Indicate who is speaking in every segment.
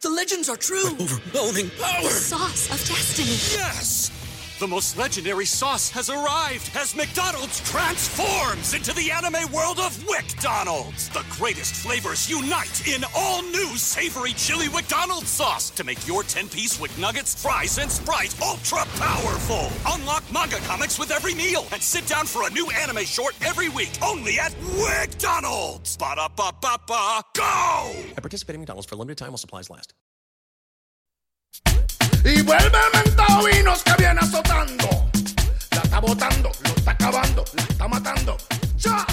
Speaker 1: The legends are true.
Speaker 2: Overwhelming power!
Speaker 1: Sauce of destiny.
Speaker 2: Yes! The most legendary sauce has arrived as McDonald's transforms into the anime world of WickDonald's. The greatest flavors unite in all new savory chili McDonald's sauce to make your 10-piece Wick Nuggets, fries, and Sprite ultra-powerful. Unlock manga comics with every meal and sit down for a new anime short every week only at WickDonald's. Ba-da-ba-ba-ba, go!
Speaker 3: At participating McDonald's for a limited time while supplies last.
Speaker 4: Y vuelve el mentado vinos que viene azotando. La está botando, lo está acabando, la está matando. ¡Ya!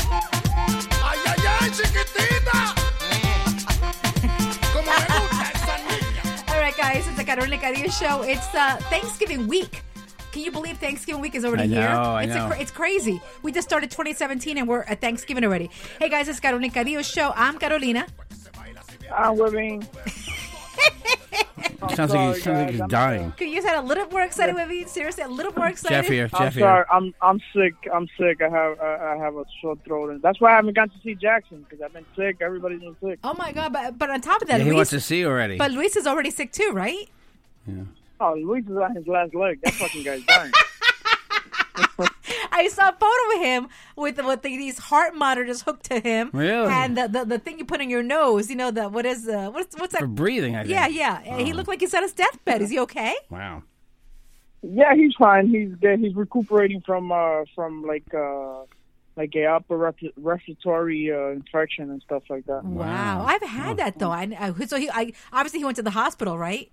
Speaker 4: ¡Ay, ay, ay, chiquitita! Como me gusta esa niña.
Speaker 5: All right, guys, it's the Carol Cadillo show. It's uh, Thanksgiving week. Can you believe Thanksgiving week is already
Speaker 6: I know,
Speaker 5: here?
Speaker 6: I
Speaker 5: it's,
Speaker 6: know.
Speaker 5: cra- it's crazy. We just started 2017 and we're at Thanksgiving already. Hey, guys, it's Carol Cadillo show. I'm Carolina.
Speaker 7: I'm whipping. I'm
Speaker 6: Sounds like,
Speaker 7: sorry,
Speaker 6: he, sounds like
Speaker 7: guys.
Speaker 6: he's
Speaker 7: Oh, I'm
Speaker 6: dying.
Speaker 5: Could you just had a little more excited with me? Seriously, a little more excited?
Speaker 6: Jeff here.
Speaker 7: I'm
Speaker 6: Jeff
Speaker 7: sorry.
Speaker 6: here.
Speaker 7: I'm I'm sick. I'm sick. I have I, I have a sore throat, and that's why I haven't gotten to see Jackson because I've been sick. Everybody's been sick.
Speaker 5: Oh, my God. But, but on top of that,
Speaker 6: Yeah, he
Speaker 5: Luis,
Speaker 6: wants to see you already.
Speaker 5: but Luis is already sick too, right?
Speaker 7: Oh, Luis is on his last leg. That fucking guy's dying.
Speaker 5: I saw a photo of him with with the, these heart monitors hooked to him.
Speaker 6: Really?
Speaker 5: And the, the, the thing you put in your nose, you know, the what is uh, what's what's that?
Speaker 6: For breathing, I think.
Speaker 5: yeah, yeah. He looked like he's on his deathbed. Is he okay?
Speaker 6: Wow.
Speaker 7: yeah, he's fine. He's good. he's recuperating from uh from like uh like a upper rep- respiratory uh, infection and stuff like that.
Speaker 5: Wow, I've had that though. I, I so he I, obviously he went to the hospital, right?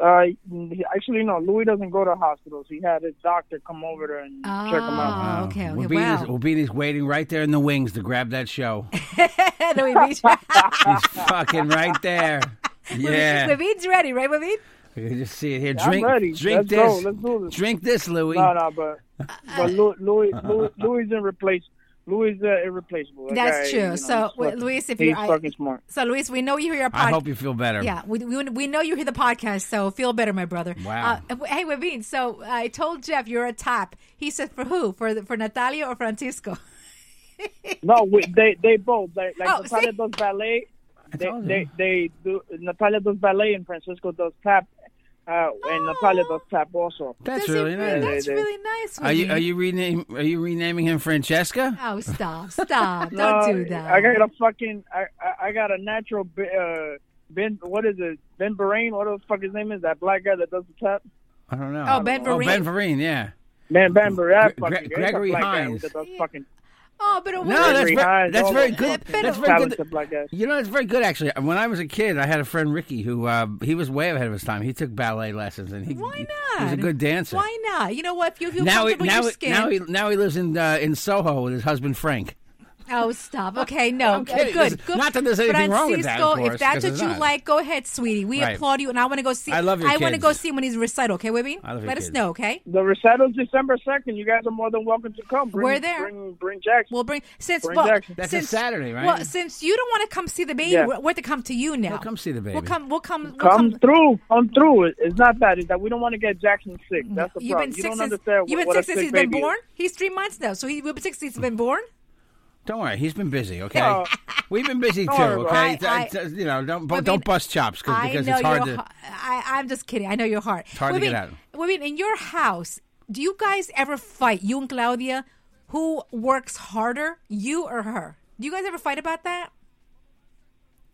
Speaker 7: Uh, he- actually, no. Louis doesn't go to hospitals. He had his doctor come over there and check him out.
Speaker 5: Oh, okay, okay,
Speaker 6: We'll be,
Speaker 5: wow.
Speaker 6: we'll be waiting right there in the wings to grab that show.
Speaker 5: And then we beat-
Speaker 6: He's fucking right there.
Speaker 5: we
Speaker 6: Yeah.
Speaker 5: beat's ready, right? We beat.
Speaker 6: You can just see it here.
Speaker 7: I'm
Speaker 6: Drink,
Speaker 7: ready.
Speaker 6: drink
Speaker 7: Let's
Speaker 6: this.
Speaker 7: go. Let's do this.
Speaker 6: Drink this, Louie.
Speaker 7: No, no, but
Speaker 5: Uh,
Speaker 7: but Louis Louis Louis, Louis is irreplaceable. Louis is uh, irreplaceable. That
Speaker 5: That's
Speaker 7: guy,
Speaker 5: true.
Speaker 7: you know,
Speaker 5: So,
Speaker 7: he's
Speaker 5: wait,
Speaker 7: fucking-
Speaker 5: Louis, if
Speaker 7: he's
Speaker 5: you're- I-
Speaker 7: fucking smart.
Speaker 5: So Luis, we know you hear our podcast.
Speaker 6: I hope you feel better.
Speaker 5: Yeah, we, we, we know you hear the podcast, so feel better, my brother.
Speaker 6: Wow.
Speaker 5: Uh, hey, Webin, so I told Jeff you're a top. He said, for who? For the- for Natalia or Francisco?
Speaker 7: No, we, they they both like, like
Speaker 5: Oh,
Speaker 7: Natalia
Speaker 5: see?
Speaker 7: does ballet. They,
Speaker 6: told
Speaker 7: they
Speaker 6: you.
Speaker 7: they do Natalia does ballet and Francisco does tap, uh, and Natalia does tap also.
Speaker 6: That's
Speaker 5: That's
Speaker 6: really
Speaker 5: really-
Speaker 6: nice.
Speaker 5: That's really nice.
Speaker 6: Are you
Speaker 5: Webin.
Speaker 6: are you rename are you renaming him Francesca?
Speaker 5: Oh, stop, stop! Don't
Speaker 7: No,
Speaker 5: do that.
Speaker 7: I got a fucking I I, I got a natural bi- uh, Ben. What is it? Ben Bahrain. What the fuck his name is? That black guy that does the tap.
Speaker 6: I don't know.
Speaker 5: Oh, Ben
Speaker 6: Oh,
Speaker 5: Vereen.
Speaker 6: Ben Vereen, yeah.
Speaker 7: Man, Ben Bahrain.
Speaker 6: Gre-
Speaker 7: fucking
Speaker 6: Gre-
Speaker 7: guy. He's a
Speaker 6: Gregory
Speaker 7: black guy
Speaker 6: Hines.
Speaker 7: that does fucking
Speaker 5: oh, but it
Speaker 6: No,
Speaker 5: wasn't-
Speaker 6: that's
Speaker 7: Gregory
Speaker 6: very,
Speaker 7: Hines,
Speaker 6: that's
Speaker 7: all
Speaker 6: very
Speaker 7: those
Speaker 6: good.
Speaker 5: fucking
Speaker 6: That's very
Speaker 7: talented
Speaker 6: good.
Speaker 7: black guys.
Speaker 6: You know, it's very good actually. When I was a kid, I had a friend Ricky who uh, he was way ahead of his time. He took ballet lessons and he
Speaker 5: why
Speaker 6: He
Speaker 5: not?
Speaker 6: was a good dancer.
Speaker 5: Why not? You know what? If you feel
Speaker 6: now he
Speaker 5: comfortable in
Speaker 6: now
Speaker 5: your
Speaker 6: he,
Speaker 5: skin.
Speaker 6: now he now he lives in uh, in Soho with his husband Frank.
Speaker 5: Oh, stop. Okay, no.
Speaker 6: I'm kidding.
Speaker 5: Good,
Speaker 6: There's-
Speaker 5: good.
Speaker 6: not that there's anything wrong with that, of
Speaker 5: Francisco,
Speaker 6: course,
Speaker 5: if that's
Speaker 6: 'cause
Speaker 5: what
Speaker 6: it's
Speaker 5: you
Speaker 6: not.
Speaker 5: like, go ahead, sweetie. We
Speaker 6: Right.
Speaker 5: applaud you, and I want to go see.
Speaker 6: I love your
Speaker 5: I want to
Speaker 6: kids.
Speaker 5: go see him when he's recital. Okay, Webby?
Speaker 6: I love your
Speaker 5: Let us
Speaker 6: kids.
Speaker 5: know. Okay,
Speaker 7: The recital's December second. You guys are more than welcome to come. Bring,
Speaker 5: We're there.
Speaker 7: Bring, bring Jackson.
Speaker 5: we'll bring since
Speaker 7: Bring
Speaker 5: well,
Speaker 7: Jackson.
Speaker 6: That's a
Speaker 5: since,
Speaker 6: Saturday, right?
Speaker 5: Well, since you don't want to come see the baby,
Speaker 7: Yeah.
Speaker 5: we're, we're to come to you now.
Speaker 6: We'll come see the baby.
Speaker 5: We'll come. We'll come. We'll
Speaker 7: come, through. Come through. It- It's not that. It's that we don't want to get Jackson sick. That's the
Speaker 5: You've
Speaker 7: problem.
Speaker 5: been
Speaker 7: You
Speaker 5: sick
Speaker 7: don't
Speaker 5: since,
Speaker 7: understand
Speaker 5: you've been
Speaker 7: what
Speaker 5: sick
Speaker 7: a
Speaker 5: since
Speaker 7: sick
Speaker 5: he's been
Speaker 7: baby is.
Speaker 5: born. He's three months now, so he, we've been sick since he's been born.
Speaker 6: Don't worry, he's been busy. Okay,
Speaker 5: Oh.
Speaker 7: No.
Speaker 6: we've been busy too.
Speaker 7: Don't worry
Speaker 6: Okay,
Speaker 5: about it. I-
Speaker 6: It's- it's- you know, don't
Speaker 5: I mean,
Speaker 6: don't bust chops 'cause-
Speaker 5: I
Speaker 6: because
Speaker 5: know
Speaker 6: it's hard
Speaker 5: your
Speaker 6: to.
Speaker 5: har- I, I'm just kidding. I know your heart. It's
Speaker 6: hard to get
Speaker 5: Women, in your house, do you guys ever fight? You and Claudia, who works harder, you or her? Do you guys ever fight about that?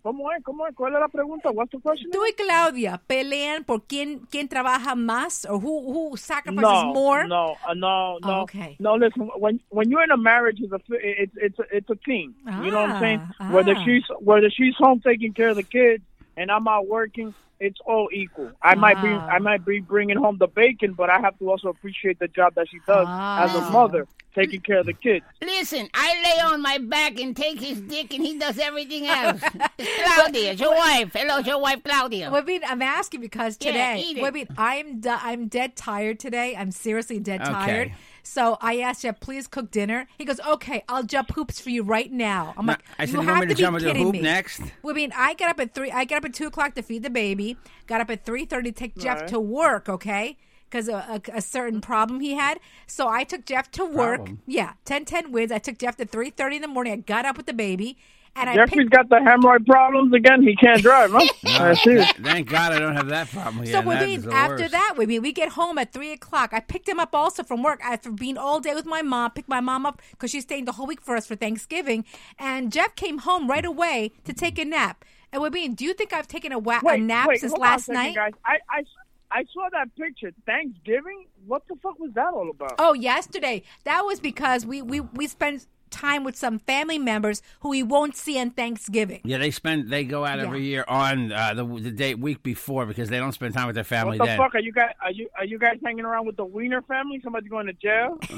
Speaker 7: ¿Cómo es? ¿Cómo es? ¿Cuál es la pregunta? What's the question?
Speaker 5: Tú y Claudia pelean por quién quién trabaja más or who who sacrifices
Speaker 7: no,
Speaker 5: more?
Speaker 7: no, uh, no, no.
Speaker 5: Oh, okay.
Speaker 7: No, listen. When when you're in a marriage, it's a it's it's a, it's a team. you know what I'm saying?
Speaker 5: Ah,
Speaker 7: Whether
Speaker 5: ah.
Speaker 7: she's whether she's home taking care of the kids and I'm out working, it's all equal. I might be
Speaker 5: Wow.
Speaker 7: I might be bringing home the bacon, but I have to also appreciate the job that she does as
Speaker 5: Ah.
Speaker 7: a mother, taking care of the kids.
Speaker 8: Listen, I lay on my back and take his dick, and he does everything else. Claudia, it's your wife. Hello, it's your wife, Claudia.
Speaker 5: Well, I mean, I'm asking because
Speaker 8: Yeah,
Speaker 5: today,
Speaker 8: eat it.
Speaker 5: well, I mean, I'm de- I'm dead tired today. I'm seriously dead
Speaker 6: Okay.
Speaker 5: tired. So I asked Jeff, please cook dinner. He goes, okay, I'll jump hoops for you right now. I'm
Speaker 6: No,
Speaker 5: like,
Speaker 6: I said,
Speaker 5: you
Speaker 6: "You want
Speaker 5: have
Speaker 6: me
Speaker 5: to
Speaker 6: to
Speaker 5: be
Speaker 6: jump into the
Speaker 5: kidding
Speaker 6: hoop
Speaker 5: me.
Speaker 6: next?
Speaker 5: Well, I mean, I got up at three. I got up at two o'clock to feed the baby. Got up at three thirty to take Jeff to work. Okay. Because a, a, a certain problem he had, so I took Jeff to work.
Speaker 6: Problem?
Speaker 5: Yeah, ten ten wins. I took Jeff to three thirty in the morning. I got up with the baby, and I
Speaker 7: Jeffrey's
Speaker 5: picked
Speaker 7: got the hemorrhoid problems again. He can't drive, huh? I see it.
Speaker 6: Thank God I don't have that problem again.
Speaker 5: So we
Speaker 6: That
Speaker 5: mean,
Speaker 6: is the
Speaker 5: after
Speaker 6: worst.
Speaker 5: that, we mean, we get home at three o'clock. I picked him up also from work after being all day with my mom. Picked my mom up because she's staying the whole week for us for Thanksgiving. And Jeff came home right away to take a nap. And we mean, do you think I've taken a, wa- a nap since
Speaker 7: hold on a
Speaker 5: last
Speaker 7: second,
Speaker 5: night?
Speaker 7: guys. I, I I saw that picture. Thanksgiving. What the fuck was that all about?
Speaker 5: Oh, yesterday. That was because we we we spent time with some family members who we won't see on Thanksgiving.
Speaker 6: Yeah, they spend they go out
Speaker 5: Yeah.
Speaker 6: every year on uh, the the day week before because they don't spend time with their
Speaker 7: what
Speaker 6: family
Speaker 7: the
Speaker 6: then.
Speaker 7: fuck are you guys? Are you are you guys hanging around with the Wiener family? Somebody going to jail?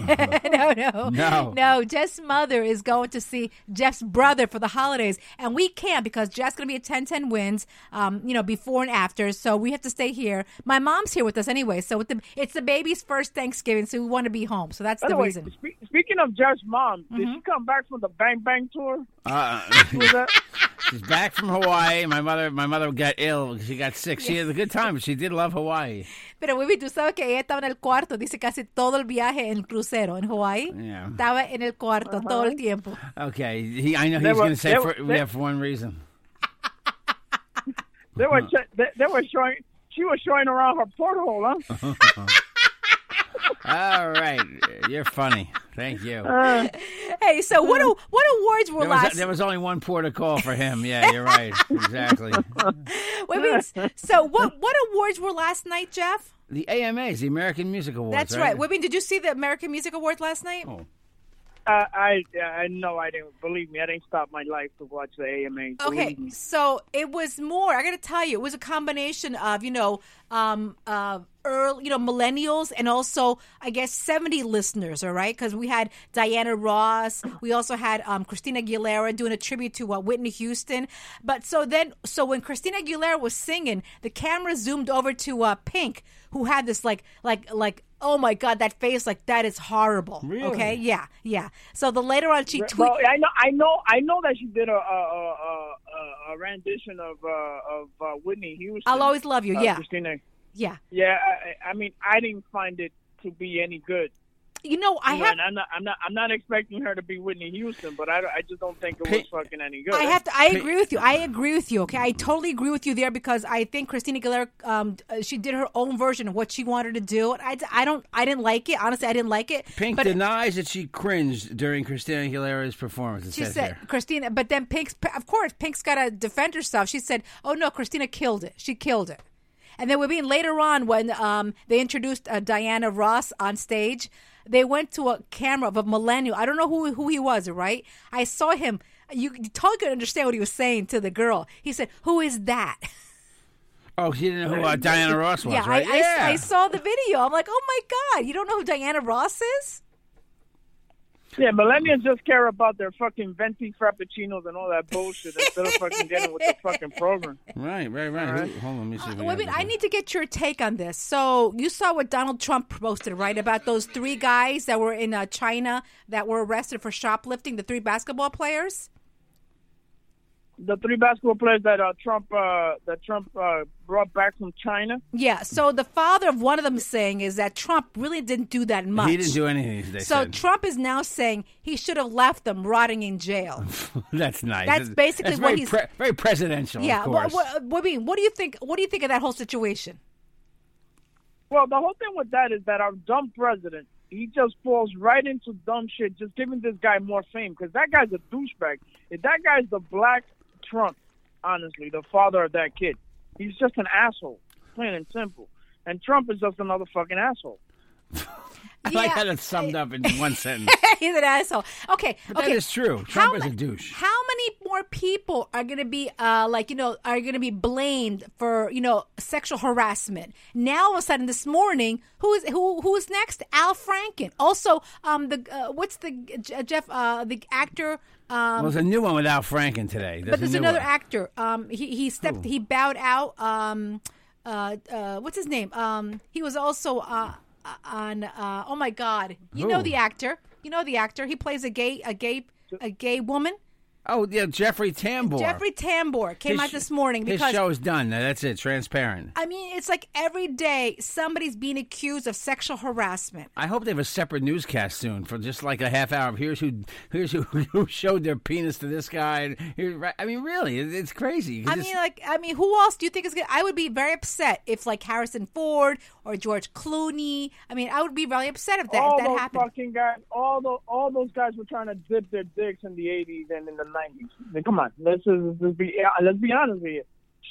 Speaker 5: no, no,
Speaker 6: No.
Speaker 5: no. Jeff's mother is going to see Jeff's brother for the holidays, and we can't because Jeff's going to be at ten ten wins, um, you know, before and after. So we have to stay here. My mom's here with us anyway, so with the, it's the baby's first Thanksgiving, so we want to be home. So that's
Speaker 7: By
Speaker 5: the
Speaker 7: the way,
Speaker 5: reason. Mm-hmm.
Speaker 7: spe- speaking of Jeff's mom, did she come back from the Bang Bang tour?
Speaker 6: Uh,
Speaker 7: Was that?
Speaker 6: she's back from Hawaii. My mother my mother got ill. She got sick. She had a good time. but She did love Hawaii.
Speaker 5: Pero Wibi, tú sabes que ella estaba en el cuarto, dice casi todo el viaje en crucero en Hawaii.
Speaker 6: Yeah. Uh-huh.
Speaker 5: Estaba en el cuarto todo el tiempo.
Speaker 6: Okay, he, I know he
Speaker 7: They
Speaker 6: was
Speaker 7: were-
Speaker 6: going to say
Speaker 7: they
Speaker 6: for,
Speaker 7: were- they-
Speaker 6: yeah for one reason.
Speaker 7: They were ch- they, they were showing. She was showing around her porthole, huh?
Speaker 6: All right, you're funny. Thank you.
Speaker 5: Hey, so what a, what awards were
Speaker 6: There
Speaker 5: last?
Speaker 6: was, there was only one port of call for him. Yeah, you're right. Exactly.
Speaker 5: Wait, wait, so what what awards were last night, Jeff?
Speaker 6: The AMAs, the American Music Awards.
Speaker 5: That's right. Women, did you see the American Music Awards last night?
Speaker 6: Oh.
Speaker 7: I, Uh, I I know I didn't believe me. I didn't stop my life to watch the AMA.
Speaker 5: Okay,
Speaker 7: Believe me.
Speaker 5: so it was more. I got to tell you, it was a combination of you know, um, uh, early, you know, millennials and also I guess seventy listeners. All right, because we had Diana Ross. We also had um, Christina Aguilera doing a tribute to uh, Whitney Houston. But so then, so when Christina Aguilera was singing, the camera zoomed over to uh, Pink, who had this like, like, like. Oh my God, that face! Like that is horrible. Really? Okay, yeah, yeah. So the later on she tweeted.
Speaker 7: Well, I know, I know, I know that she did a a, a, a, a rendition of uh, of uh, Whitney Houston.
Speaker 5: I'll always love you.
Speaker 7: uh,
Speaker 5: yeah,
Speaker 7: Christina.
Speaker 5: yeah.
Speaker 7: Yeah, I, I mean, I didn't find it to be any good.
Speaker 5: You know, I
Speaker 7: You know,
Speaker 5: have
Speaker 7: and I'm not, I'm not, I'm not expecting her to be Whitney Houston, but I, don't- I just don't think it was
Speaker 6: Pink-
Speaker 7: fucking any good.
Speaker 5: I have to. I agree with you. I agree with you. Okay, I totally agree with you there because I think Christina Aguilera, um, uh, she did her own version of what she wanted to do. I, I don't. I didn't like it. Honestly, I didn't like it.
Speaker 6: Pink
Speaker 5: but
Speaker 6: denies that she cringed during Christina Aguilera's performance. It
Speaker 5: she
Speaker 6: says
Speaker 5: said
Speaker 6: here.
Speaker 5: Christina, but then Pink's. Of course, Pink's got to defend herself. She said, "Oh no, Christina killed it. She killed it." And then we mean later on when um, they introduced uh, Diana Ross on stage, they went to a camera of a millennial. I don't know who who he was, right? I saw him. You you totally could understand what he was saying to the girl. He said, "Who is that?"
Speaker 6: Oh, she didn't know who uh, Diana Ross was,
Speaker 5: yeah,
Speaker 6: right?
Speaker 5: I, I- I, saw the video. I'm like, oh my god, you don't know who Diana Ross is?
Speaker 7: yeah, millennials just care about their fucking venti frappuccinos and all that bullshit instead of fucking getting with the fucking program.
Speaker 6: Right, right, right. Who- Hold on, let me see. if we
Speaker 5: Uh, Wait,
Speaker 6: have
Speaker 5: wait,
Speaker 6: this
Speaker 5: I
Speaker 6: here.
Speaker 5: need to get your take on this. So you saw what Donald Trump posted, right, about those three guys that were in uh, China that were arrested for shoplifting, the three basketball players.
Speaker 7: The three basketball players that uh, Trump uh, that Trump uh, brought back from China.
Speaker 5: Yeah. So the father of one of them is saying is that Trump really didn't do that much.
Speaker 6: He didn't do anything. They
Speaker 5: So
Speaker 6: said.
Speaker 5: Trump is now saying he should have left them rotting in jail.
Speaker 6: that's nice.
Speaker 5: that's basically
Speaker 6: that's
Speaker 5: what
Speaker 6: very
Speaker 5: he's-
Speaker 6: very presidential.
Speaker 5: yeah.
Speaker 6: of course.
Speaker 5: What, what, what, what do you think? What do you think of that whole situation?
Speaker 7: Well, the whole thing with that is that our dumb president, he just falls right into dumb shit, just giving this guy more fame because that guy's a douchebag. If that guy's the black Trump, honestly, the father of that kid, he's just an asshole, plain and simple. And Trump is just another fucking asshole.
Speaker 6: I like
Speaker 5: Yeah.
Speaker 6: how that's summed up in one sentence.
Speaker 5: He's an asshole. Okay,
Speaker 6: that
Speaker 5: okay.
Speaker 6: is true. Trump is a douche.
Speaker 5: How many more people are going to be uh, like you know are going to be blamed for you know sexual harassment. Now all of a sudden this morning, who is who who is next? Al Franken. Also, um, the uh, what's the J- Jeff uh, the actor. Um,
Speaker 6: well, there's a new one with Al Franken today.
Speaker 5: but there's
Speaker 6: a new
Speaker 5: another
Speaker 6: one.
Speaker 5: actor. Um, he he stepped. He bowed out. Um, uh, uh, what's his name? Um, he was also uh, on. Uh, oh my God! You know
Speaker 6: Who?
Speaker 5: the actor. You know the actor. He plays a gay a gay a gay woman.
Speaker 6: Oh yeah, Jeffrey Tambor.
Speaker 5: Jeffrey Tambor came
Speaker 6: His-
Speaker 5: out this morning
Speaker 6: His
Speaker 5: because
Speaker 6: show is done. Now, That's it. Transparent.
Speaker 5: I mean it's like every day somebody's being accused of sexual harassment.
Speaker 6: I hope they have a separate newscast soon for just like a half hour. of Here's who, here's who, who showed their penis to this guy. And here, I mean, really, it- it's crazy. You
Speaker 5: I
Speaker 6: just-
Speaker 5: mean, like, I mean, who else do you think is gonna? I would be very upset if, like, Harrison Ford or George Clooney. I mean, I would be really upset if that
Speaker 6: Oh,
Speaker 7: all
Speaker 5: if that
Speaker 7: those
Speaker 5: happened.
Speaker 7: fucking guys, all the all those guys were trying to dip their dicks in the '80s and in the '90s. Like, come on, let's just, let's be yeah, let's be honest here.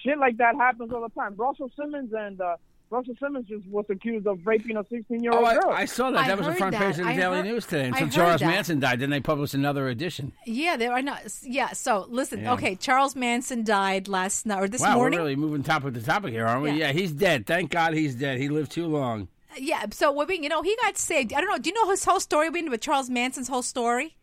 Speaker 7: Shit like that happens all the time. Russell Simmons and uh, Russell Simmons just was accused of raping a 16 year
Speaker 6: Oh,
Speaker 7: old
Speaker 6: I,
Speaker 7: girl.
Speaker 6: I saw that.
Speaker 5: I
Speaker 6: that was the
Speaker 5: heard
Speaker 6: front
Speaker 5: that.
Speaker 6: page of the
Speaker 5: I
Speaker 6: Daily
Speaker 5: heard-
Speaker 6: News today. And
Speaker 5: I
Speaker 6: since
Speaker 5: heard
Speaker 6: Charles
Speaker 5: that.
Speaker 6: Manson died, then they published another edition.
Speaker 5: Yeah, there are not. Yeah, so listen.
Speaker 6: Yeah.
Speaker 5: Okay, Charles Manson died last night or this
Speaker 6: wow,
Speaker 5: morning.
Speaker 6: we're really moving topic to topic here, aren't we?
Speaker 5: Yeah.
Speaker 6: Yeah. he's dead. Thank God he's dead. He lived too long.
Speaker 5: Yeah, so well, being you know he got saved. I don't know. Do you know his whole story? Wing, with Charles Manson's whole story.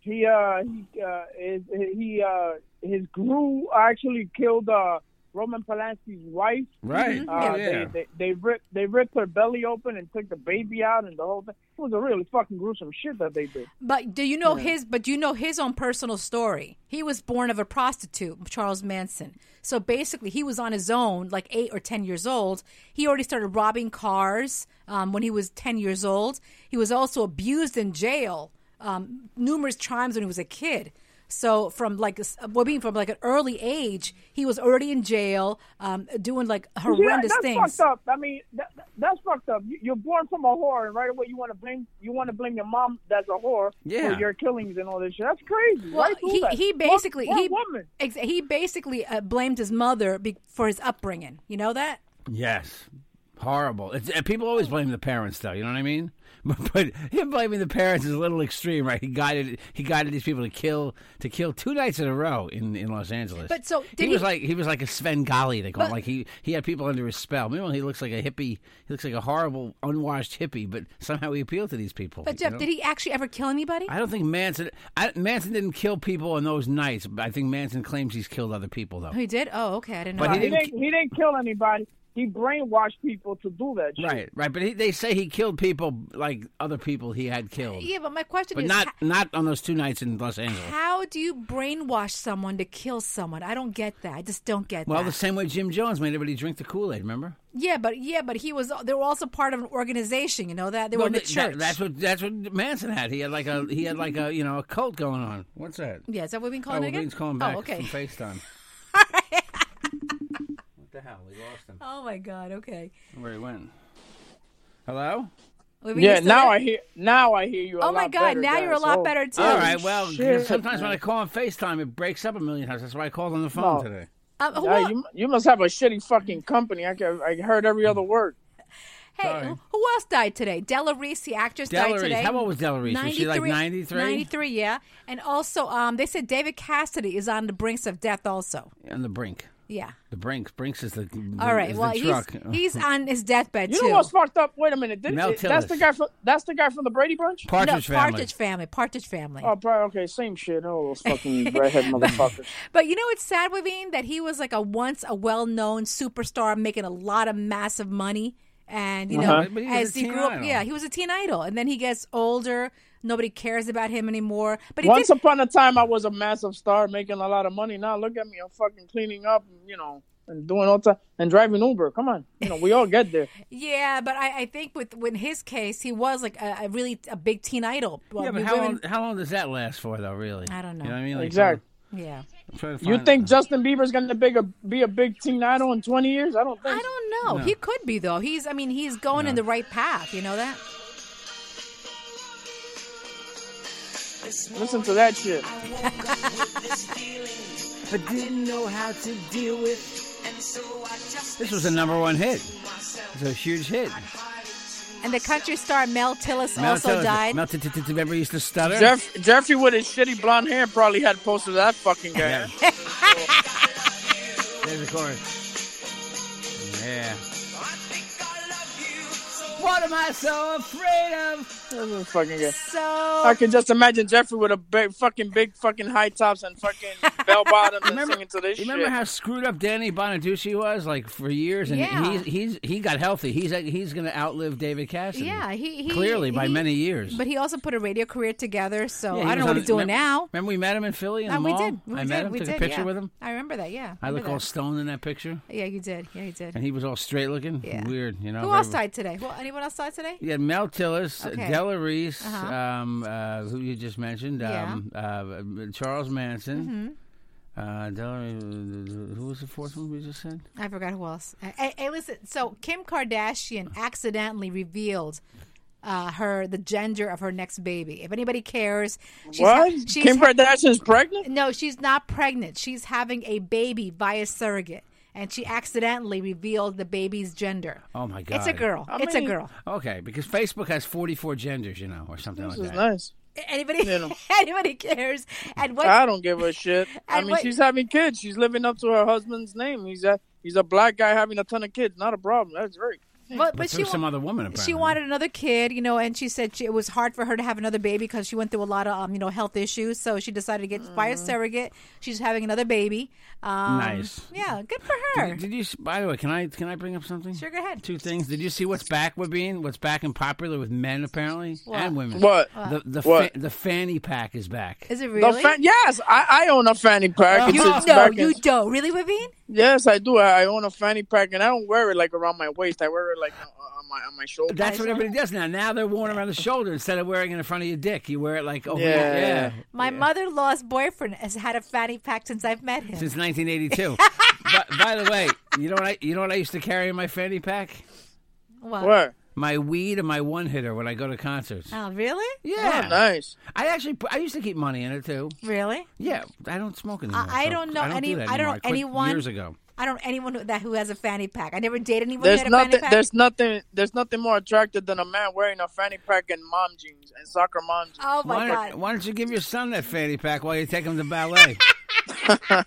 Speaker 7: he uh he uh his, he uh his crew actually killed uh Roman Polanski's wife.
Speaker 6: Right.
Speaker 5: Mm-hmm.
Speaker 7: Uh,
Speaker 6: Oh, yeah.
Speaker 7: they, they they ripped they ripped her belly open and took the baby out and the whole thing. It was a really fucking gruesome shit that they did.
Speaker 5: But do you know his? But do you know his own personal story? He was born of a prostitute, Charles Manson. So basically, he was on his own, like eight or ten years old. He already started robbing cars um, when he was ten years old. He was also abused in jail um, numerous times when he was a kid. So from like a s- uh, well, being from like an early age, he was already in jail, um, doing like
Speaker 7: See, that-
Speaker 5: horrendous
Speaker 7: that's
Speaker 5: things.
Speaker 7: fucked up. I mean, that, that- that's fucked up. You, you're born from a whore, and right away you want to blame you want to blame your mom that's a whore
Speaker 6: Yeah.
Speaker 7: for your killings and all this shit. That's crazy.
Speaker 5: Well,
Speaker 7: Why do
Speaker 5: he,
Speaker 7: that?
Speaker 5: he
Speaker 7: What-
Speaker 5: basically
Speaker 7: what
Speaker 5: he
Speaker 7: woman.
Speaker 5: ex- he basically uh, blamed his mother be- for his upbringing. You know that?
Speaker 6: Yes. Horrible. It's, uh, people always blame the parents, though. You know what I mean? But, but him blaming the parents is a little extreme, right? He guided he guided these people to kill to kill two nights in a row in, in Los Angeles.
Speaker 5: But so, did
Speaker 6: he,
Speaker 5: he-
Speaker 6: was like he was like a Svengali. They call him.
Speaker 5: But-
Speaker 6: like he he had people under his spell. Meanwhile, he looks like a hippie. He looks like a horrible, unwashed hippie. But somehow he appealed to these people.
Speaker 5: But
Speaker 6: you
Speaker 5: Jeff,
Speaker 6: know?
Speaker 5: did he actually ever kill anybody?
Speaker 6: I don't think Manson. I, Manson didn't kill people on those nights. But I think Manson claims he's killed other people though.
Speaker 5: Oh, he did. Oh, okay. I didn't know.
Speaker 6: But
Speaker 7: He
Speaker 5: that.
Speaker 6: didn't-
Speaker 7: didn't he didn't kill anybody. He brainwashed people to do that. Shit.
Speaker 6: Right, right. But he, they say he killed people like other people he had killed.
Speaker 5: yeah, but my question
Speaker 6: But
Speaker 5: is,
Speaker 6: not
Speaker 5: ho-
Speaker 6: not on those two nights in Los
Speaker 5: how,
Speaker 6: Angeles.
Speaker 5: do you brainwash someone to kill someone? I don't get that. I just don't get
Speaker 6: Well,
Speaker 5: that.
Speaker 6: the same way Jim Jones made everybody drink the Kool Aid. Remember?
Speaker 5: yeah, but yeah, but he was. They were also part of an organization. You know that they were in the
Speaker 6: Well, th- that-
Speaker 5: church.
Speaker 6: that's what that's what Manson had. He had like a he had like a you know a cult going on. What's that?
Speaker 5: yeah, is that what we've been
Speaker 6: Oh,
Speaker 5: calling it again?
Speaker 6: Levine's calling back
Speaker 5: oh, okay.
Speaker 6: from FaceTime. what the hell? We lost him.
Speaker 5: Oh my God. Okay.
Speaker 6: Where he went? Hello.
Speaker 5: Levine, you
Speaker 7: Yeah.
Speaker 5: still
Speaker 7: Now
Speaker 5: there?
Speaker 7: I hear now I hear you. a
Speaker 5: Oh my
Speaker 7: lot
Speaker 5: God!
Speaker 7: better,
Speaker 5: now you're a
Speaker 7: guys.
Speaker 5: lot
Speaker 7: Oh.
Speaker 5: better too.
Speaker 6: All right. Well,
Speaker 7: shit,
Speaker 6: sometimes when I call on FaceTime, it breaks up a million times. That's why I called on the phone
Speaker 7: No.
Speaker 6: today.
Speaker 5: Um, who
Speaker 7: Yeah,
Speaker 5: el-
Speaker 7: you, you must have a shitty fucking company. I, can, I heard every other word.
Speaker 5: Hey, who- who else died today? Della Reese, the actress, died
Speaker 6: Della Reese.
Speaker 5: today.
Speaker 6: How old was Della Reese? Was she, like, 93?
Speaker 5: 93, yeah. And also, um, they said David Cassidy is on the brinks of death. Also,
Speaker 6: On the brink.
Speaker 5: yeah.
Speaker 6: The brinks. Brinks is the.
Speaker 5: All right.
Speaker 6: Mm, is the
Speaker 5: Well, he's,
Speaker 6: truck.
Speaker 5: he's on his deathbed
Speaker 7: You
Speaker 5: too.
Speaker 7: know what's fucked up? Wait a minute. Did,
Speaker 6: Mel
Speaker 7: that's the
Speaker 6: Tillis.
Speaker 7: guy from that's the guy from the Brady Bunch.
Speaker 5: No,
Speaker 6: Partridge family.
Speaker 5: Partridge family. Partridge family.
Speaker 7: Oh, bro. Okay, same shit. Oh, those fucking redhead motherfuckers.
Speaker 5: But you know it's sad, Wavine, that he was like a once a well known superstar making a lot of massive money. And you know,
Speaker 6: Uh-huh. But he was
Speaker 5: as
Speaker 6: a
Speaker 5: he
Speaker 6: teen
Speaker 5: grew up,
Speaker 6: idol.
Speaker 5: yeah, he was a teen idol, and then he gets older. Nobody cares about him anymore. But he
Speaker 7: Once
Speaker 5: did,
Speaker 7: upon a time, I was a massive star making a lot of money. Now look at me. I'm fucking cleaning up, you know, and doing all that and driving Uber. Come on, you know, we all get there.
Speaker 5: Yeah, but I, I think with in his case, he was like a, a really a big teen idol. Well,
Speaker 6: Yeah, but
Speaker 5: we-
Speaker 6: how
Speaker 5: women-
Speaker 6: long, how long does that last for, though, really?
Speaker 5: I don't know.
Speaker 6: You know what I mean? Like,
Speaker 7: Exactly.
Speaker 5: Yeah,
Speaker 6: I'm trying to
Speaker 7: You
Speaker 6: find-
Speaker 7: think Justin Bieber's gonna be a be a big teen idol in 20 years? I don't think.
Speaker 5: I
Speaker 7: so.
Speaker 5: don't know. He could be though. He's I mean he's going in the right path. You know that?
Speaker 7: Listen to that shit.
Speaker 6: But didn't know how to deal with. This was a number one hit. It's a huge hit.
Speaker 5: And the country star Mel Tillis
Speaker 6: Mel
Speaker 5: also
Speaker 6: Tillis-
Speaker 5: died.
Speaker 6: Mel, t- t- t- remember he used to stutter?
Speaker 7: Jeff, Jeffrey with his shitty blonde hair probably had most of that fucking guy.
Speaker 6: Yeah. There's the chorus. Yeah. What am I so afraid of?
Speaker 7: fucking guy. I
Speaker 5: so
Speaker 7: can just imagine Jeffrey with a big, fucking big fucking high tops and fucking bell bottoms and
Speaker 6: Remember-
Speaker 7: singing to this
Speaker 6: You remember
Speaker 7: shit.
Speaker 6: how screwed up Danny Bonaducci was, like for years, and
Speaker 5: Yeah.
Speaker 6: he's he's he got healthy. He's he's going to outlive David Cassidy.
Speaker 5: yeah, he, he
Speaker 6: clearly by
Speaker 5: he-
Speaker 6: many years.
Speaker 5: But he also put a radio career together, so
Speaker 6: Yeah, he
Speaker 5: Oh, I don't
Speaker 6: was
Speaker 5: know what
Speaker 6: on-
Speaker 5: he's doing
Speaker 6: remember-
Speaker 5: now.
Speaker 6: Remember we met him in Philly in the
Speaker 5: No, we
Speaker 6: mall?
Speaker 5: did. We
Speaker 6: I
Speaker 5: did.
Speaker 6: met him,
Speaker 5: we
Speaker 6: took
Speaker 5: did,
Speaker 6: a picture
Speaker 5: yeah.
Speaker 6: with him.
Speaker 5: I remember that. Yeah,
Speaker 6: I look
Speaker 5: remember
Speaker 6: all
Speaker 5: that.
Speaker 6: stoned in that picture,
Speaker 5: Yeah, you did. Yeah, you did.
Speaker 6: and he was all straight looking.
Speaker 5: Yeah.
Speaker 6: Weird, you know.
Speaker 5: Who
Speaker 6: very-
Speaker 5: else died today? Well, anyone else died today?
Speaker 6: You had Mel Tillis, uh,
Speaker 5: Okay.
Speaker 6: Della Reese,
Speaker 5: Uh-huh.
Speaker 6: um, uh, who you just mentioned,
Speaker 5: Yeah. Mm-hmm.
Speaker 6: um, uh, Charles Manson. Uh, Della, Reese- who was the fourth one we just said?
Speaker 5: I forgot who else. Hey, hey, listen. So Kim Kardashian accidentally revealed uh, her the gender of her next baby. If anybody cares, she's ha-
Speaker 7: What?
Speaker 5: she's
Speaker 7: Kim
Speaker 5: ha-
Speaker 7: Kardashian's pregnant?
Speaker 5: no, she's not pregnant. She's having a baby via surrogate, and she accidentally revealed the baby's gender.
Speaker 6: Oh my God!
Speaker 5: It's a girl.
Speaker 7: How
Speaker 5: it's
Speaker 7: many-
Speaker 5: a girl.
Speaker 6: Okay, because Facebook has forty-four genders, you know, or something
Speaker 7: This
Speaker 6: like
Speaker 7: is
Speaker 6: that.
Speaker 7: nice.
Speaker 5: Anybody?
Speaker 7: You know.
Speaker 5: anybody cares? And what?
Speaker 7: I don't give a shit. I
Speaker 5: And
Speaker 7: mean,
Speaker 5: what-
Speaker 7: she's having kids. She's living up to her husband's name. He's a he's a black guy having a ton of kids. Not a problem. That's great.
Speaker 5: But,
Speaker 6: But
Speaker 5: but
Speaker 6: through
Speaker 5: she
Speaker 6: some
Speaker 5: wa-
Speaker 6: other woman, apparently.
Speaker 5: She wanted another kid, you know, and she said she, it was hard for her to have another baby because she went through a lot of, um, you know, health issues. So she decided to get by a surrogate. She's having another baby. Um,
Speaker 6: Nice.
Speaker 5: Yeah, good for her.
Speaker 6: Did, did you? s- By the way, can I can I bring up something?
Speaker 5: Sure, go ahead.
Speaker 6: Two things. Did you see what's back with being what's back and popular with men apparently and women?
Speaker 7: What?
Speaker 6: The the,
Speaker 7: What?
Speaker 6: Fa- the fanny pack is back.
Speaker 5: Is it
Speaker 7: The
Speaker 5: Uh, really?
Speaker 7: fa- yes, I, I own a fanny pack. It's-
Speaker 5: you
Speaker 7: it's
Speaker 5: no,
Speaker 7: back
Speaker 5: you
Speaker 7: in-
Speaker 5: don't really, Wavine?
Speaker 7: Yes, I do. I, I own a fanny pack, and I don't wear it like around my waist. I wear it like on on my on my shoulder.
Speaker 6: That's what everybody does now. Now they're worn around the shoulder instead of wearing it in front of your dick. You wear it like over your
Speaker 7: Yeah.
Speaker 6: yeah
Speaker 5: My mother-in-law's boyfriend has had a fanny pack since I've met him.
Speaker 6: since 1982. but, by the way, you know what I you know what I used to carry in my fanny pack?
Speaker 5: What?
Speaker 7: What?
Speaker 6: My weed and my one hitter when I go to concerts.
Speaker 5: Oh, really?
Speaker 6: yeah,
Speaker 7: Nice.
Speaker 6: I actually put- I used to keep money in it too.
Speaker 5: Really?
Speaker 6: Yeah, I don't smoke anymore.
Speaker 5: I don't know
Speaker 6: I don't
Speaker 5: any-
Speaker 6: Do that
Speaker 5: I don't
Speaker 6: anymore.
Speaker 5: know
Speaker 6: quit
Speaker 5: anyone-
Speaker 6: years ago.
Speaker 5: I don't know anyone who, that who has a fanny pack. I never dated anyone
Speaker 7: There's
Speaker 5: who had a
Speaker 7: nothing.
Speaker 5: fanny pack.
Speaker 7: There's nothing. There's nothing more attractive than a man wearing a fanny pack and mom jeans and soccer mom jeans.
Speaker 5: oh my
Speaker 6: why,
Speaker 5: god!
Speaker 6: Don't, why don't you give your son that fanny pack while you take him to ballet? All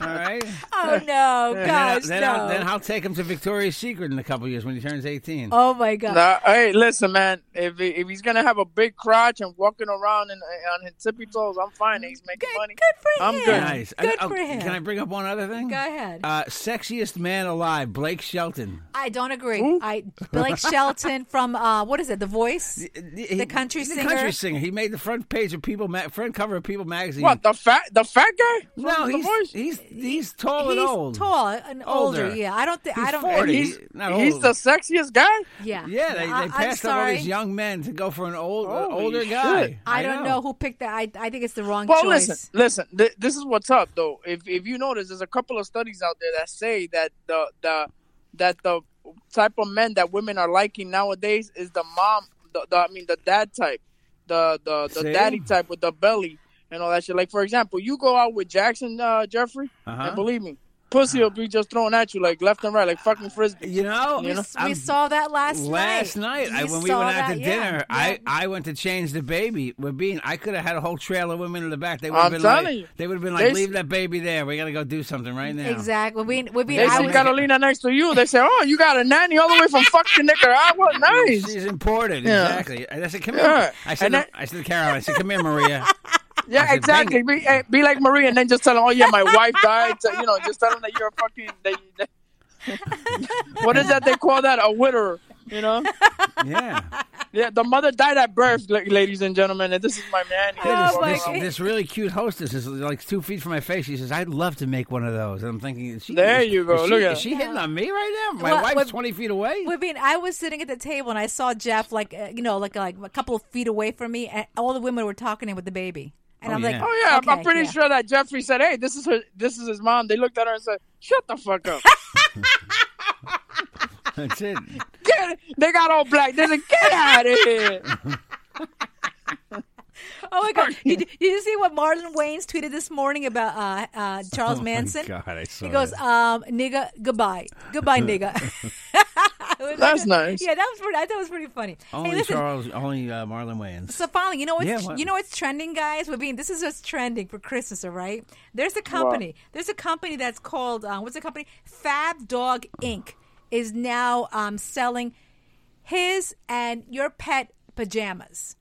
Speaker 6: right.
Speaker 5: Oh no, gosh,
Speaker 6: then,
Speaker 5: no.
Speaker 6: I'll, then I'll take him to Victoria's Secret in a couple years when he turns 18.
Speaker 5: oh my god.
Speaker 7: Nah, hey, listen, man. If he, if he's gonna have a big crotch and walking around and on his tippy toes, I'm fine. He's making
Speaker 5: Good,
Speaker 7: money.
Speaker 5: good for
Speaker 7: I'm
Speaker 5: him.
Speaker 7: good.
Speaker 6: Nice.
Speaker 5: Good
Speaker 6: I- oh,
Speaker 5: for him.
Speaker 6: Can I bring up one other thing?
Speaker 5: Go ahead.
Speaker 6: Uh, sexiest man alive, Blake Shelton.
Speaker 5: I don't agree. I Blake Shelton from uh, what is it? The Voice,
Speaker 6: He-
Speaker 5: the country
Speaker 6: he's
Speaker 5: singer.
Speaker 6: The country singer. He made the front page of People, ma- front cover of People magazine.
Speaker 7: What the fat the fat guy? From
Speaker 6: No,
Speaker 7: The
Speaker 6: he's,
Speaker 7: Voice?
Speaker 6: he's he's tall
Speaker 5: He's
Speaker 6: and Oh, old.
Speaker 5: tall and older.
Speaker 6: Older.
Speaker 5: Yeah, I don't think
Speaker 6: He's
Speaker 5: I don't.
Speaker 6: 40.
Speaker 7: he's
Speaker 6: not
Speaker 7: he's
Speaker 6: old.
Speaker 7: the sexiest guy.
Speaker 5: Yeah,
Speaker 6: Yeah, they,
Speaker 5: I,
Speaker 6: they
Speaker 5: I'm
Speaker 6: passed up all
Speaker 5: sorry.
Speaker 6: these young men to go for an old, uh,
Speaker 7: Holy
Speaker 6: older
Speaker 7: shit.
Speaker 6: guy.
Speaker 5: I don't know. who picked that. I, I think it's the wrong
Speaker 7: Well,
Speaker 5: choice.
Speaker 7: listen, listen. Th- this is what's up, though. If if you notice, there's a couple of studies out there that say that the the that the type of men that women are liking nowadays is the mom, the, the I mean the dad type, the the, the
Speaker 6: See?
Speaker 7: daddy type with the belly and all that shit. Like for example, you go out with Jackson uh, Jeffrey,
Speaker 6: Uh-huh.
Speaker 7: and believe me, pussy will be just thrown at you like left and right, like fucking frisbee.
Speaker 6: You know,
Speaker 5: we,
Speaker 7: you know,
Speaker 5: s- we
Speaker 6: I'm-
Speaker 5: saw that last
Speaker 6: last night, I, when we
Speaker 5: saw
Speaker 6: went out to
Speaker 5: that, yeah,
Speaker 6: dinner,
Speaker 5: yeah.
Speaker 6: I, I went to change the baby with Bean. I could have had a whole trail of women in the back. They would have
Speaker 7: I'm
Speaker 6: been like,
Speaker 7: telling you.
Speaker 6: they would have been like,
Speaker 7: They s-
Speaker 6: leave that baby there. We got to go do something right now.
Speaker 5: exactly. We we be.
Speaker 7: They
Speaker 5: I
Speaker 7: see
Speaker 5: was-
Speaker 7: Catalina next to you. They say, "Oh, you got a nanny all the way from fucking Nicaragua. Nice."
Speaker 6: She's imported,
Speaker 7: Yeah.
Speaker 6: exactly. And I said, "Come here."
Speaker 7: Yeah.
Speaker 6: I said,
Speaker 7: And that-
Speaker 6: "I said, Carol." I said, "Come here, Maria."
Speaker 7: Yeah,
Speaker 6: said, "Bang
Speaker 7: exactly. Be, eh, be like Marie, and then just tell them, "Oh yeah, my wife died." So, you know, just tell them that you're a fucking. That you, that, what is that they call that? A widower. You know?
Speaker 6: yeah,
Speaker 7: Yeah, the mother died at birth, la- ladies and gentlemen, and this is my man.
Speaker 5: Oh, my
Speaker 6: this,
Speaker 5: God.
Speaker 6: this really cute hostess is like two feet from my face. She says, "I'd love to make one of those." And I'm thinking, is she,
Speaker 7: There
Speaker 6: is-
Speaker 7: you go.
Speaker 6: Is she,
Speaker 7: Look at
Speaker 6: is
Speaker 7: her.
Speaker 6: she hitting on me right now? My
Speaker 5: Well,
Speaker 6: wife's
Speaker 5: with-
Speaker 6: twenty feet away.
Speaker 5: I mean, I was sitting at the table and I saw Jeff, like uh, you know, like like a couple of feet away from me, and all the women were talking with the baby, and
Speaker 6: Oh,
Speaker 5: I'm like,
Speaker 6: yeah.
Speaker 7: Oh yeah, I'm- I'm
Speaker 5: okay,
Speaker 7: pretty
Speaker 5: yeah.
Speaker 7: sure that Jeffrey said, "Hey, this is her. This is his mom." They looked at her and said, "Shut the fuck up."
Speaker 6: That's it.
Speaker 7: Get, they got all black. They said, "Get out of here."
Speaker 5: Oh my god! Did, did you see what Marlon Wayans tweeted this morning about uh, uh, Charles
Speaker 6: Oh, my
Speaker 5: Manson?
Speaker 6: God, I saw
Speaker 5: He goes,
Speaker 6: that.
Speaker 5: um, "Nigga, goodbye, goodbye, nigga."
Speaker 7: That's nice.
Speaker 5: Yeah, that was pretty, I thought it was pretty funny.
Speaker 6: Only
Speaker 5: hey, listen.
Speaker 6: Charles, only uh, Marlon Wayans.
Speaker 5: So finally, you know what's
Speaker 6: Yeah, what?
Speaker 5: you know what's trending, guys? We're being this is what's trending for Christmas, all right? There's a company. There's a company that's called uh, what's the company? Fab Dog Inc. is now um, selling his and your pet pajamas.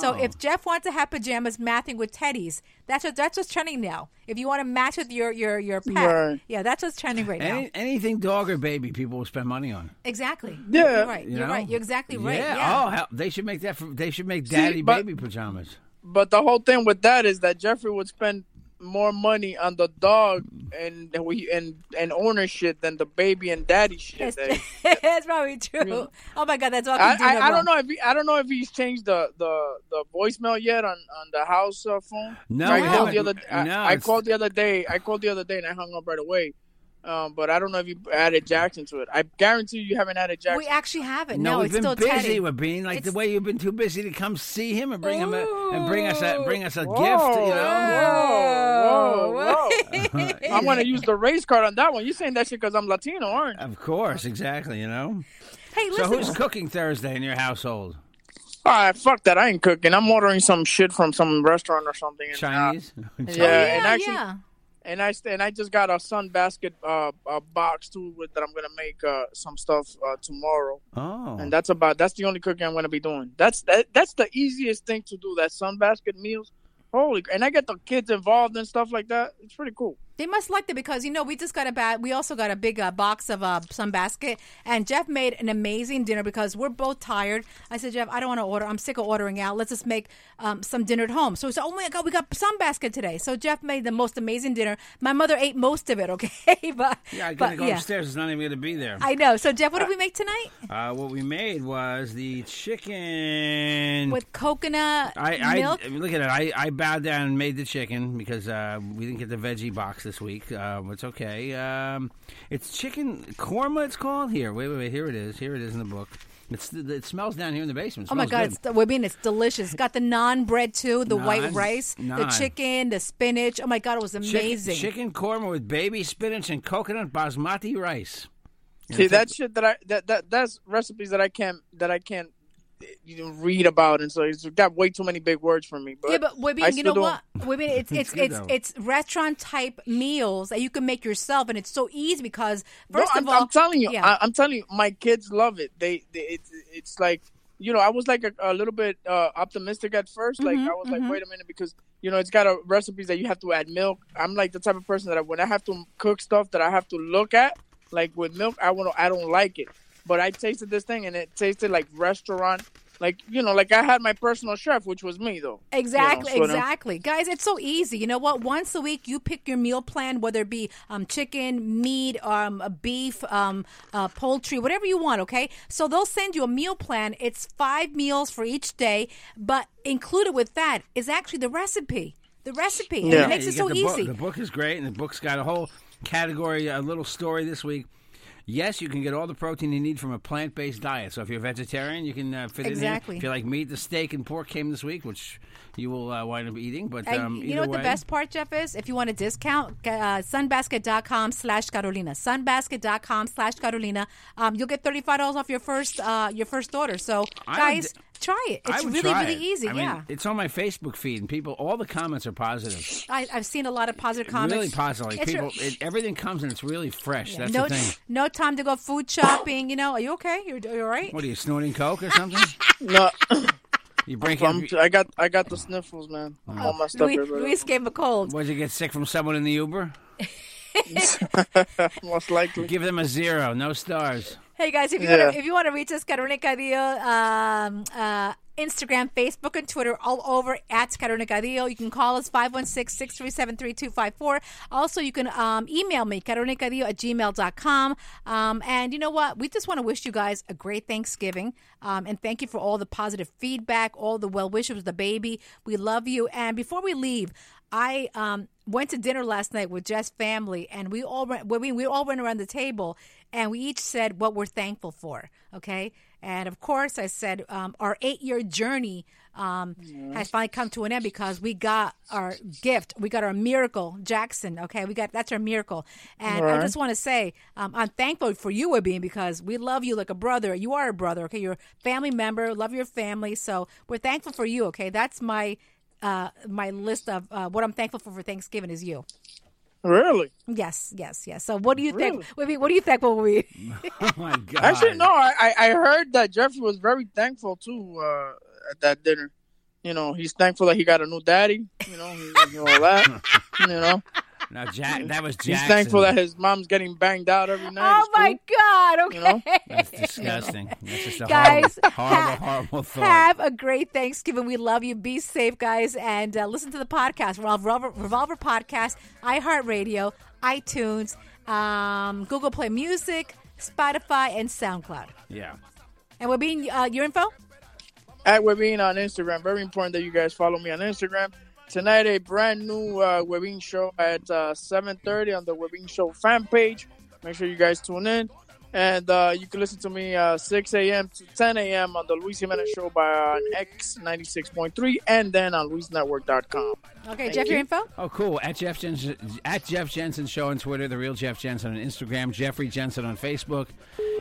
Speaker 5: So
Speaker 6: Oh.
Speaker 5: if Jeff wants to have pajamas matching with Teddy's, that's what that's what's trending now. If you want to match with your your your pet,
Speaker 7: Right.
Speaker 5: yeah, that's what's trending right now.
Speaker 6: Any, anything dog or baby, people will spend money on.
Speaker 5: Exactly.
Speaker 7: Yeah.
Speaker 5: You're right.
Speaker 6: You
Speaker 5: You're
Speaker 6: know?
Speaker 5: right. You're exactly right.
Speaker 6: Yeah.
Speaker 5: Yeah.
Speaker 6: Oh, hell, they should make that. For, they should make daddy
Speaker 7: but-
Speaker 6: baby pajamas.
Speaker 7: But the whole thing with that is that Jeffrey would spend more money on the dog and we and and owner shit than the baby and daddy shit. that-
Speaker 5: that's probably true. Oh my god, that's all.
Speaker 7: I,
Speaker 5: can do no
Speaker 7: I, I
Speaker 5: wrong.
Speaker 7: don't know if he, I don't know if he's changed the, the, the voicemail yet on, on the house uh, phone.
Speaker 6: No,
Speaker 7: I
Speaker 6: we
Speaker 7: called the other
Speaker 6: haven't.
Speaker 7: I,
Speaker 6: No,
Speaker 7: I
Speaker 6: it's-
Speaker 7: called the other day. I called the other day and I hung up right away. Um, but I don't know if you added Jackson to it. I guarantee you haven't added Jackson.
Speaker 5: We actually haven't.
Speaker 6: No,
Speaker 5: No,
Speaker 6: we've
Speaker 5: it's
Speaker 6: been
Speaker 5: still
Speaker 6: busy
Speaker 5: Teddy.
Speaker 6: with being like the
Speaker 5: It's-
Speaker 6: way you've been too busy to come see him and bring him a, and bring us a bring us a gift. You know,
Speaker 7: Whoa, whoa, whoa. I'm gonna use the race card on that one. You're saying that shit because I'm Latino, aren't you?
Speaker 6: of course, exactly. You know.
Speaker 5: Hey,
Speaker 6: So
Speaker 5: listen.
Speaker 6: who's cooking Thursday in your household?
Speaker 7: All right, fuck that. I ain't cooking. I'm ordering some shit from some restaurant or something. And, uh,
Speaker 6: Chinese.
Speaker 7: yeah,
Speaker 5: yeah,
Speaker 7: and actually,
Speaker 5: yeah.
Speaker 7: and I and I just got a sun basket uh, a box too with that I'm gonna make uh, some stuff uh, tomorrow.
Speaker 6: Oh.
Speaker 7: And that's about that's the only cooking I'm gonna be doing. That's that, that's the easiest thing to do. That sun basket meals. Holy, and I get the kids involved and stuff like that. It's pretty cool.
Speaker 5: They must like it because you know we just got a bad. We also got a big uh, box of uh, some basket, and Jeff made an amazing dinner because we're both tired. I said, Jeff, I don't want to order. I'm sick of ordering out. Let's just make um, some dinner at home. So we said, Oh my god, we got some basket today. So Jeff made the most amazing dinner. My mother ate most of it. Okay, but
Speaker 6: yeah, I'm gonna
Speaker 5: but,
Speaker 6: go upstairs. It's not even gonna be there.
Speaker 5: I know. So Jeff, what did we make tonight?
Speaker 6: Uh, what we made was the chicken.
Speaker 5: With coconut
Speaker 6: I, I
Speaker 5: milk.
Speaker 6: look at it. I, I bowed down and made the chicken because uh, we didn't get the veggie box this week. Um, it's okay. Um, it's chicken korma. It's called here. Wait, wait, wait. Here it is. Here it is in the book. It's it smells down here in the basement. It
Speaker 5: Oh my
Speaker 6: smells
Speaker 5: god,
Speaker 6: good.
Speaker 5: it's, I mean it's delicious. Got the naan bread too, the white
Speaker 6: Naan.
Speaker 5: rice, the
Speaker 6: Naan.
Speaker 5: chicken, the spinach. Oh my god, it was
Speaker 6: Chicken-
Speaker 5: amazing.
Speaker 6: Chicken, korma with baby spinach and coconut basmati rice.
Speaker 7: See that shit that I that, that that's recipes that I can't that I can't eh, you know, read about, and so it's got way too many big words for me. But
Speaker 5: yeah, but
Speaker 7: I
Speaker 5: Wibby, you
Speaker 7: still
Speaker 5: know
Speaker 7: don't-
Speaker 5: what? Wibby, it's it's
Speaker 6: good,
Speaker 5: it's
Speaker 6: though.
Speaker 5: it's restaurant type meals that you can make yourself, and it's so easy because first
Speaker 7: no,
Speaker 5: of
Speaker 7: I'm,
Speaker 5: all,
Speaker 7: I'm telling you,
Speaker 5: yeah.
Speaker 7: I, I'm telling you, my kids love it. They, they it's it's like you know, I was like a, a little bit uh, optimistic at 1st Like
Speaker 5: Mm-hmm,
Speaker 7: I was like, wait a minute, because you know, it's got a recipes that you have to add milk. I'm like the type of person that I, when I have to cook stuff that I have to look at, like with milk, I want to. I don't like it, but I tasted this thing and it tasted like restaurant. Like you know, like I had my personal chef, which was me though. you know,
Speaker 5: Exactly,
Speaker 7: so now-
Speaker 5: exactly. Guys, it's so easy. You know what? Once a week, you pick your meal plan, whether it be um, chicken, meat, um, uh, beef, um, uh, poultry, whatever you want, okay? So they'll send you a meal plan. It's five meals for each day, but included with that is actually the recipe. The recipe. And
Speaker 7: Yeah.
Speaker 5: it makes
Speaker 6: you
Speaker 5: it
Speaker 6: get
Speaker 5: so
Speaker 6: the book-
Speaker 5: easy.
Speaker 6: the book is great, and the book's got a whole category, a little story this week. Yes, you can get all the protein you need from a plant-based diet. So if you're a vegetarian, you can uh, fit
Speaker 5: Exactly.
Speaker 6: in here. If you like meat, the steak and pork came this week, which you will uh, wind up eating. But
Speaker 5: And
Speaker 6: um,
Speaker 5: you know what
Speaker 6: either
Speaker 5: the
Speaker 6: way-
Speaker 5: best part, Jeff, is? If you want a discount, uh, sunbasket.com slash Carolina. Sunbasket.com slash Carolina. Um, you'll get $35 off your first uh, your first order. So,
Speaker 6: I
Speaker 5: guys,
Speaker 6: would-
Speaker 5: try it.
Speaker 6: I
Speaker 5: It's
Speaker 6: would
Speaker 5: really,
Speaker 6: try
Speaker 5: really
Speaker 6: it.
Speaker 5: easy.
Speaker 6: I mean,
Speaker 5: yeah.
Speaker 6: it's on my Facebook feed, and people, all the comments are positive,
Speaker 5: I, I've seen a lot of positive comments.
Speaker 6: really positive. Like
Speaker 5: It's
Speaker 6: people,
Speaker 5: your-
Speaker 6: it, everything comes and it's really fresh. That's
Speaker 5: no,
Speaker 6: the thing.
Speaker 5: no time to go food shopping. You know, are you okay? You're, you all right?
Speaker 6: What are you snorting coke or something?
Speaker 7: No,
Speaker 6: You break
Speaker 7: I'm,
Speaker 6: up.
Speaker 7: I got I got the sniffles, man. All my stuff.
Speaker 5: Luis,
Speaker 7: is uh, right
Speaker 5: Luis gave him a cold.
Speaker 6: What, you get sick from someone in the Uber?
Speaker 7: up. most likely.
Speaker 6: Give them a zero, no stars.
Speaker 5: Hey guys, if you
Speaker 7: Yeah.
Speaker 5: want to, if you want to reach us, Carolina Cadillo, um, uh, Instagram, Facebook, and Twitter, all over at Carolina Cadillo. You can call us 516-637-3254. Also, you can um, email me, carolinacadillo at gmail.com. Um, and you know what? We just want to wish you guys a great Thanksgiving. Um, and thank you for all the positive feedback, all the well wishes with the baby. We love you. And before we leave, I um, went to dinner last night with Jeff's family, and we all went. We, we all went around the table, and we each said what we're thankful for. Okay, and of course, I said um, our eight-year journey um, has finally come to an end because we got our gift. We got our miracle, Jackson. Okay, we got that's our miracle, and I
Speaker 7: Right.
Speaker 5: just want to say um, I'm thankful for you, Abin, because we love you like a brother. You are a brother. Okay, you're a family member. Love your family, so we're thankful for you. Okay, that's my uh, my list of uh, what I'm thankful for for Thanksgiving is you.
Speaker 7: Really?
Speaker 5: Yes, yes, yes. So, what do you think? Wait, what do you think? What we?
Speaker 6: Oh my god!
Speaker 7: Actually, no. I, I I heard that Jeffrey was very thankful too uh, at that dinner. You know, he's thankful that he got a new daddy. You know, he, you know, all that. You know,
Speaker 6: Now Jack, that was Jackson.
Speaker 7: he's thankful that his mom's getting banged out every night. at
Speaker 5: Oh my
Speaker 7: school.
Speaker 5: God!
Speaker 7: You
Speaker 5: Okay.
Speaker 7: know?
Speaker 6: That's disgusting. That's just a
Speaker 5: Guys,
Speaker 6: horrible, horrible,
Speaker 5: ha-
Speaker 6: horrible thought.
Speaker 5: Have a great Thanksgiving. We love you. Be safe, guys, and uh, listen to the podcast. We're on Revolver, Revolver Podcast, iHeartRadio, iTunes, um, Google Play Music, Spotify, and SoundCloud.
Speaker 6: yeah.
Speaker 5: And we're being uh, your info.
Speaker 7: At Webin on Instagram. Very important that you guys follow me on Instagram. Tonight, a brand new uh, Webin show at uh, 7.30 on the Webin Show fan page. Make sure you guys tune in. And uh, you can listen to me uh, 6 a.m. to 10 a.m. on the Luis Jimenez Show by uh, on X96.3 and then on LuisNetwork.com.
Speaker 5: Okay, Jeff, your info.
Speaker 6: Oh, cool. At Jeff Jensen, at Jeff Jensen Show on Twitter, The Real Jeff Jensen on Instagram, Jeffrey Jensen on Facebook.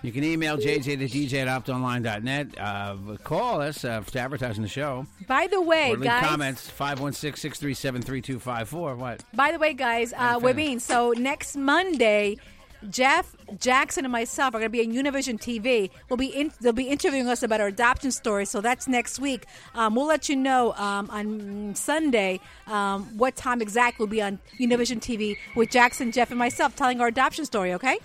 Speaker 6: You can email JJ the DJ at optonline.net. Uh, call us uh, to advertise on the show.
Speaker 5: By the way,
Speaker 6: or leave
Speaker 5: guys.
Speaker 6: comments 516 637 3254. What?
Speaker 5: By the way, guys, uh,
Speaker 6: I'm finished.
Speaker 5: Webin, so next Monday, Jeff Jackson and myself are going to be on Univision TV. We'll be in, they'll be interviewing us about our adoption story. So that's next week. Um, we'll let you know um, on Sunday um, what time exact we'll be on Univision TV with Jackson, Jeff, and myself telling our adoption story. Okay?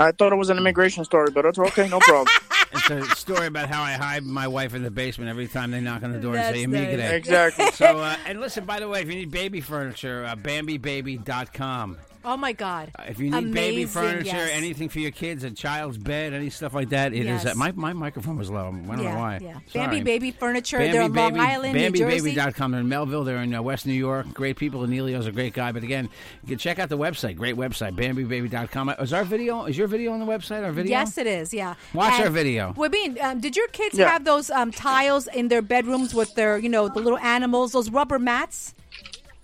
Speaker 7: I thought it was an immigration story, but it's okay. No problem.
Speaker 6: It's a story about how I hide my wife in the basement every time they knock on the door and
Speaker 5: That's
Speaker 6: say, Amiga
Speaker 5: nice.
Speaker 6: Day.
Speaker 7: exactly.
Speaker 6: So, uh, and listen, by the way, if you need baby furniture, uh, BambiBaby.com.
Speaker 5: Oh my God!
Speaker 6: Uh, If you need baby
Speaker 5: Amazing,
Speaker 6: furniture,
Speaker 5: yes.
Speaker 6: anything for your kids, a child's bed, any stuff like that, it is.
Speaker 5: Yes.
Speaker 6: uh, my, my microphone was low. I don't know
Speaker 5: yeah,
Speaker 6: why.
Speaker 5: yeah.
Speaker 6: Sorry.
Speaker 5: Bambi Baby Furniture. they're on Long Island, New Jersey.
Speaker 6: BambiBaby.com. They're in Melville. They're in uh, West New York. Great people. And Elio's a great guy. But again, you can check out the website. Great website. BambiBaby.com. Is our video? Is your video on the website? Our video?
Speaker 5: Yes, it is. Yeah.
Speaker 6: Watch
Speaker 5: And
Speaker 6: our video.
Speaker 5: Wabin, um, did your kids
Speaker 7: Yeah.
Speaker 5: have those um, tiles in their bedrooms with their, you know, the little animals, those rubber mats?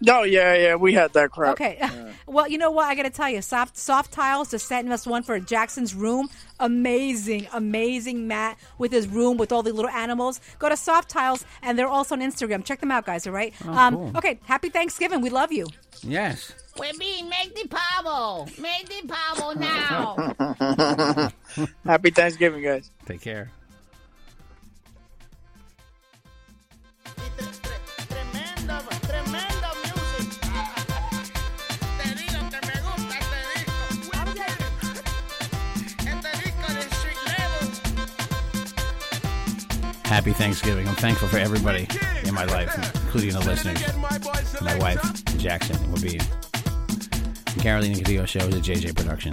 Speaker 7: No, yeah, yeah. We had that crap.
Speaker 5: Okay. well, you know what? I got to tell you, soft soft tiles just sent us one for Jackson's room. Amazing, amazing mat with his room with all the little animals. Go to soft tiles, and they're also on Instagram. Check them out, guys. All right.
Speaker 6: Oh,
Speaker 5: Um,
Speaker 6: cool.
Speaker 5: Okay. Happy Thanksgiving. We love you.
Speaker 6: Yes.
Speaker 8: We're being make the pavo. Make the pavo now.
Speaker 7: Happy Thanksgiving, guys.
Speaker 6: Take care. Happy Thanksgiving. I'm thankful for everybody in my life, including the listeners, my wife, Jackson, and Wabib. The Carolina Cadillo Show is a JJ production.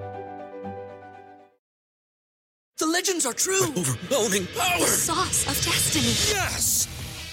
Speaker 2: The legends are true.
Speaker 9: Overwhelming power!
Speaker 2: The sauce of destiny.
Speaker 9: Yes!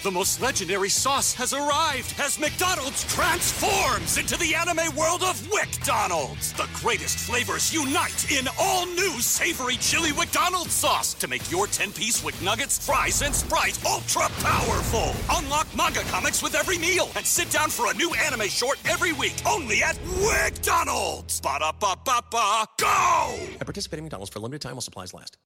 Speaker 2: The most legendary sauce has arrived as McDonald's transforms into the anime world of WickDonald's. The greatest flavors unite in all new savory chili McDonald's sauce to make your 10-piece Wick Nuggets, fries, and Sprite ultra-powerful. Unlock manga comics with every meal and sit down for a new anime short every week only at WickDonald's. Ba-da-ba-ba-ba, go!
Speaker 3: At participating McDonald's for a limited time while supplies last.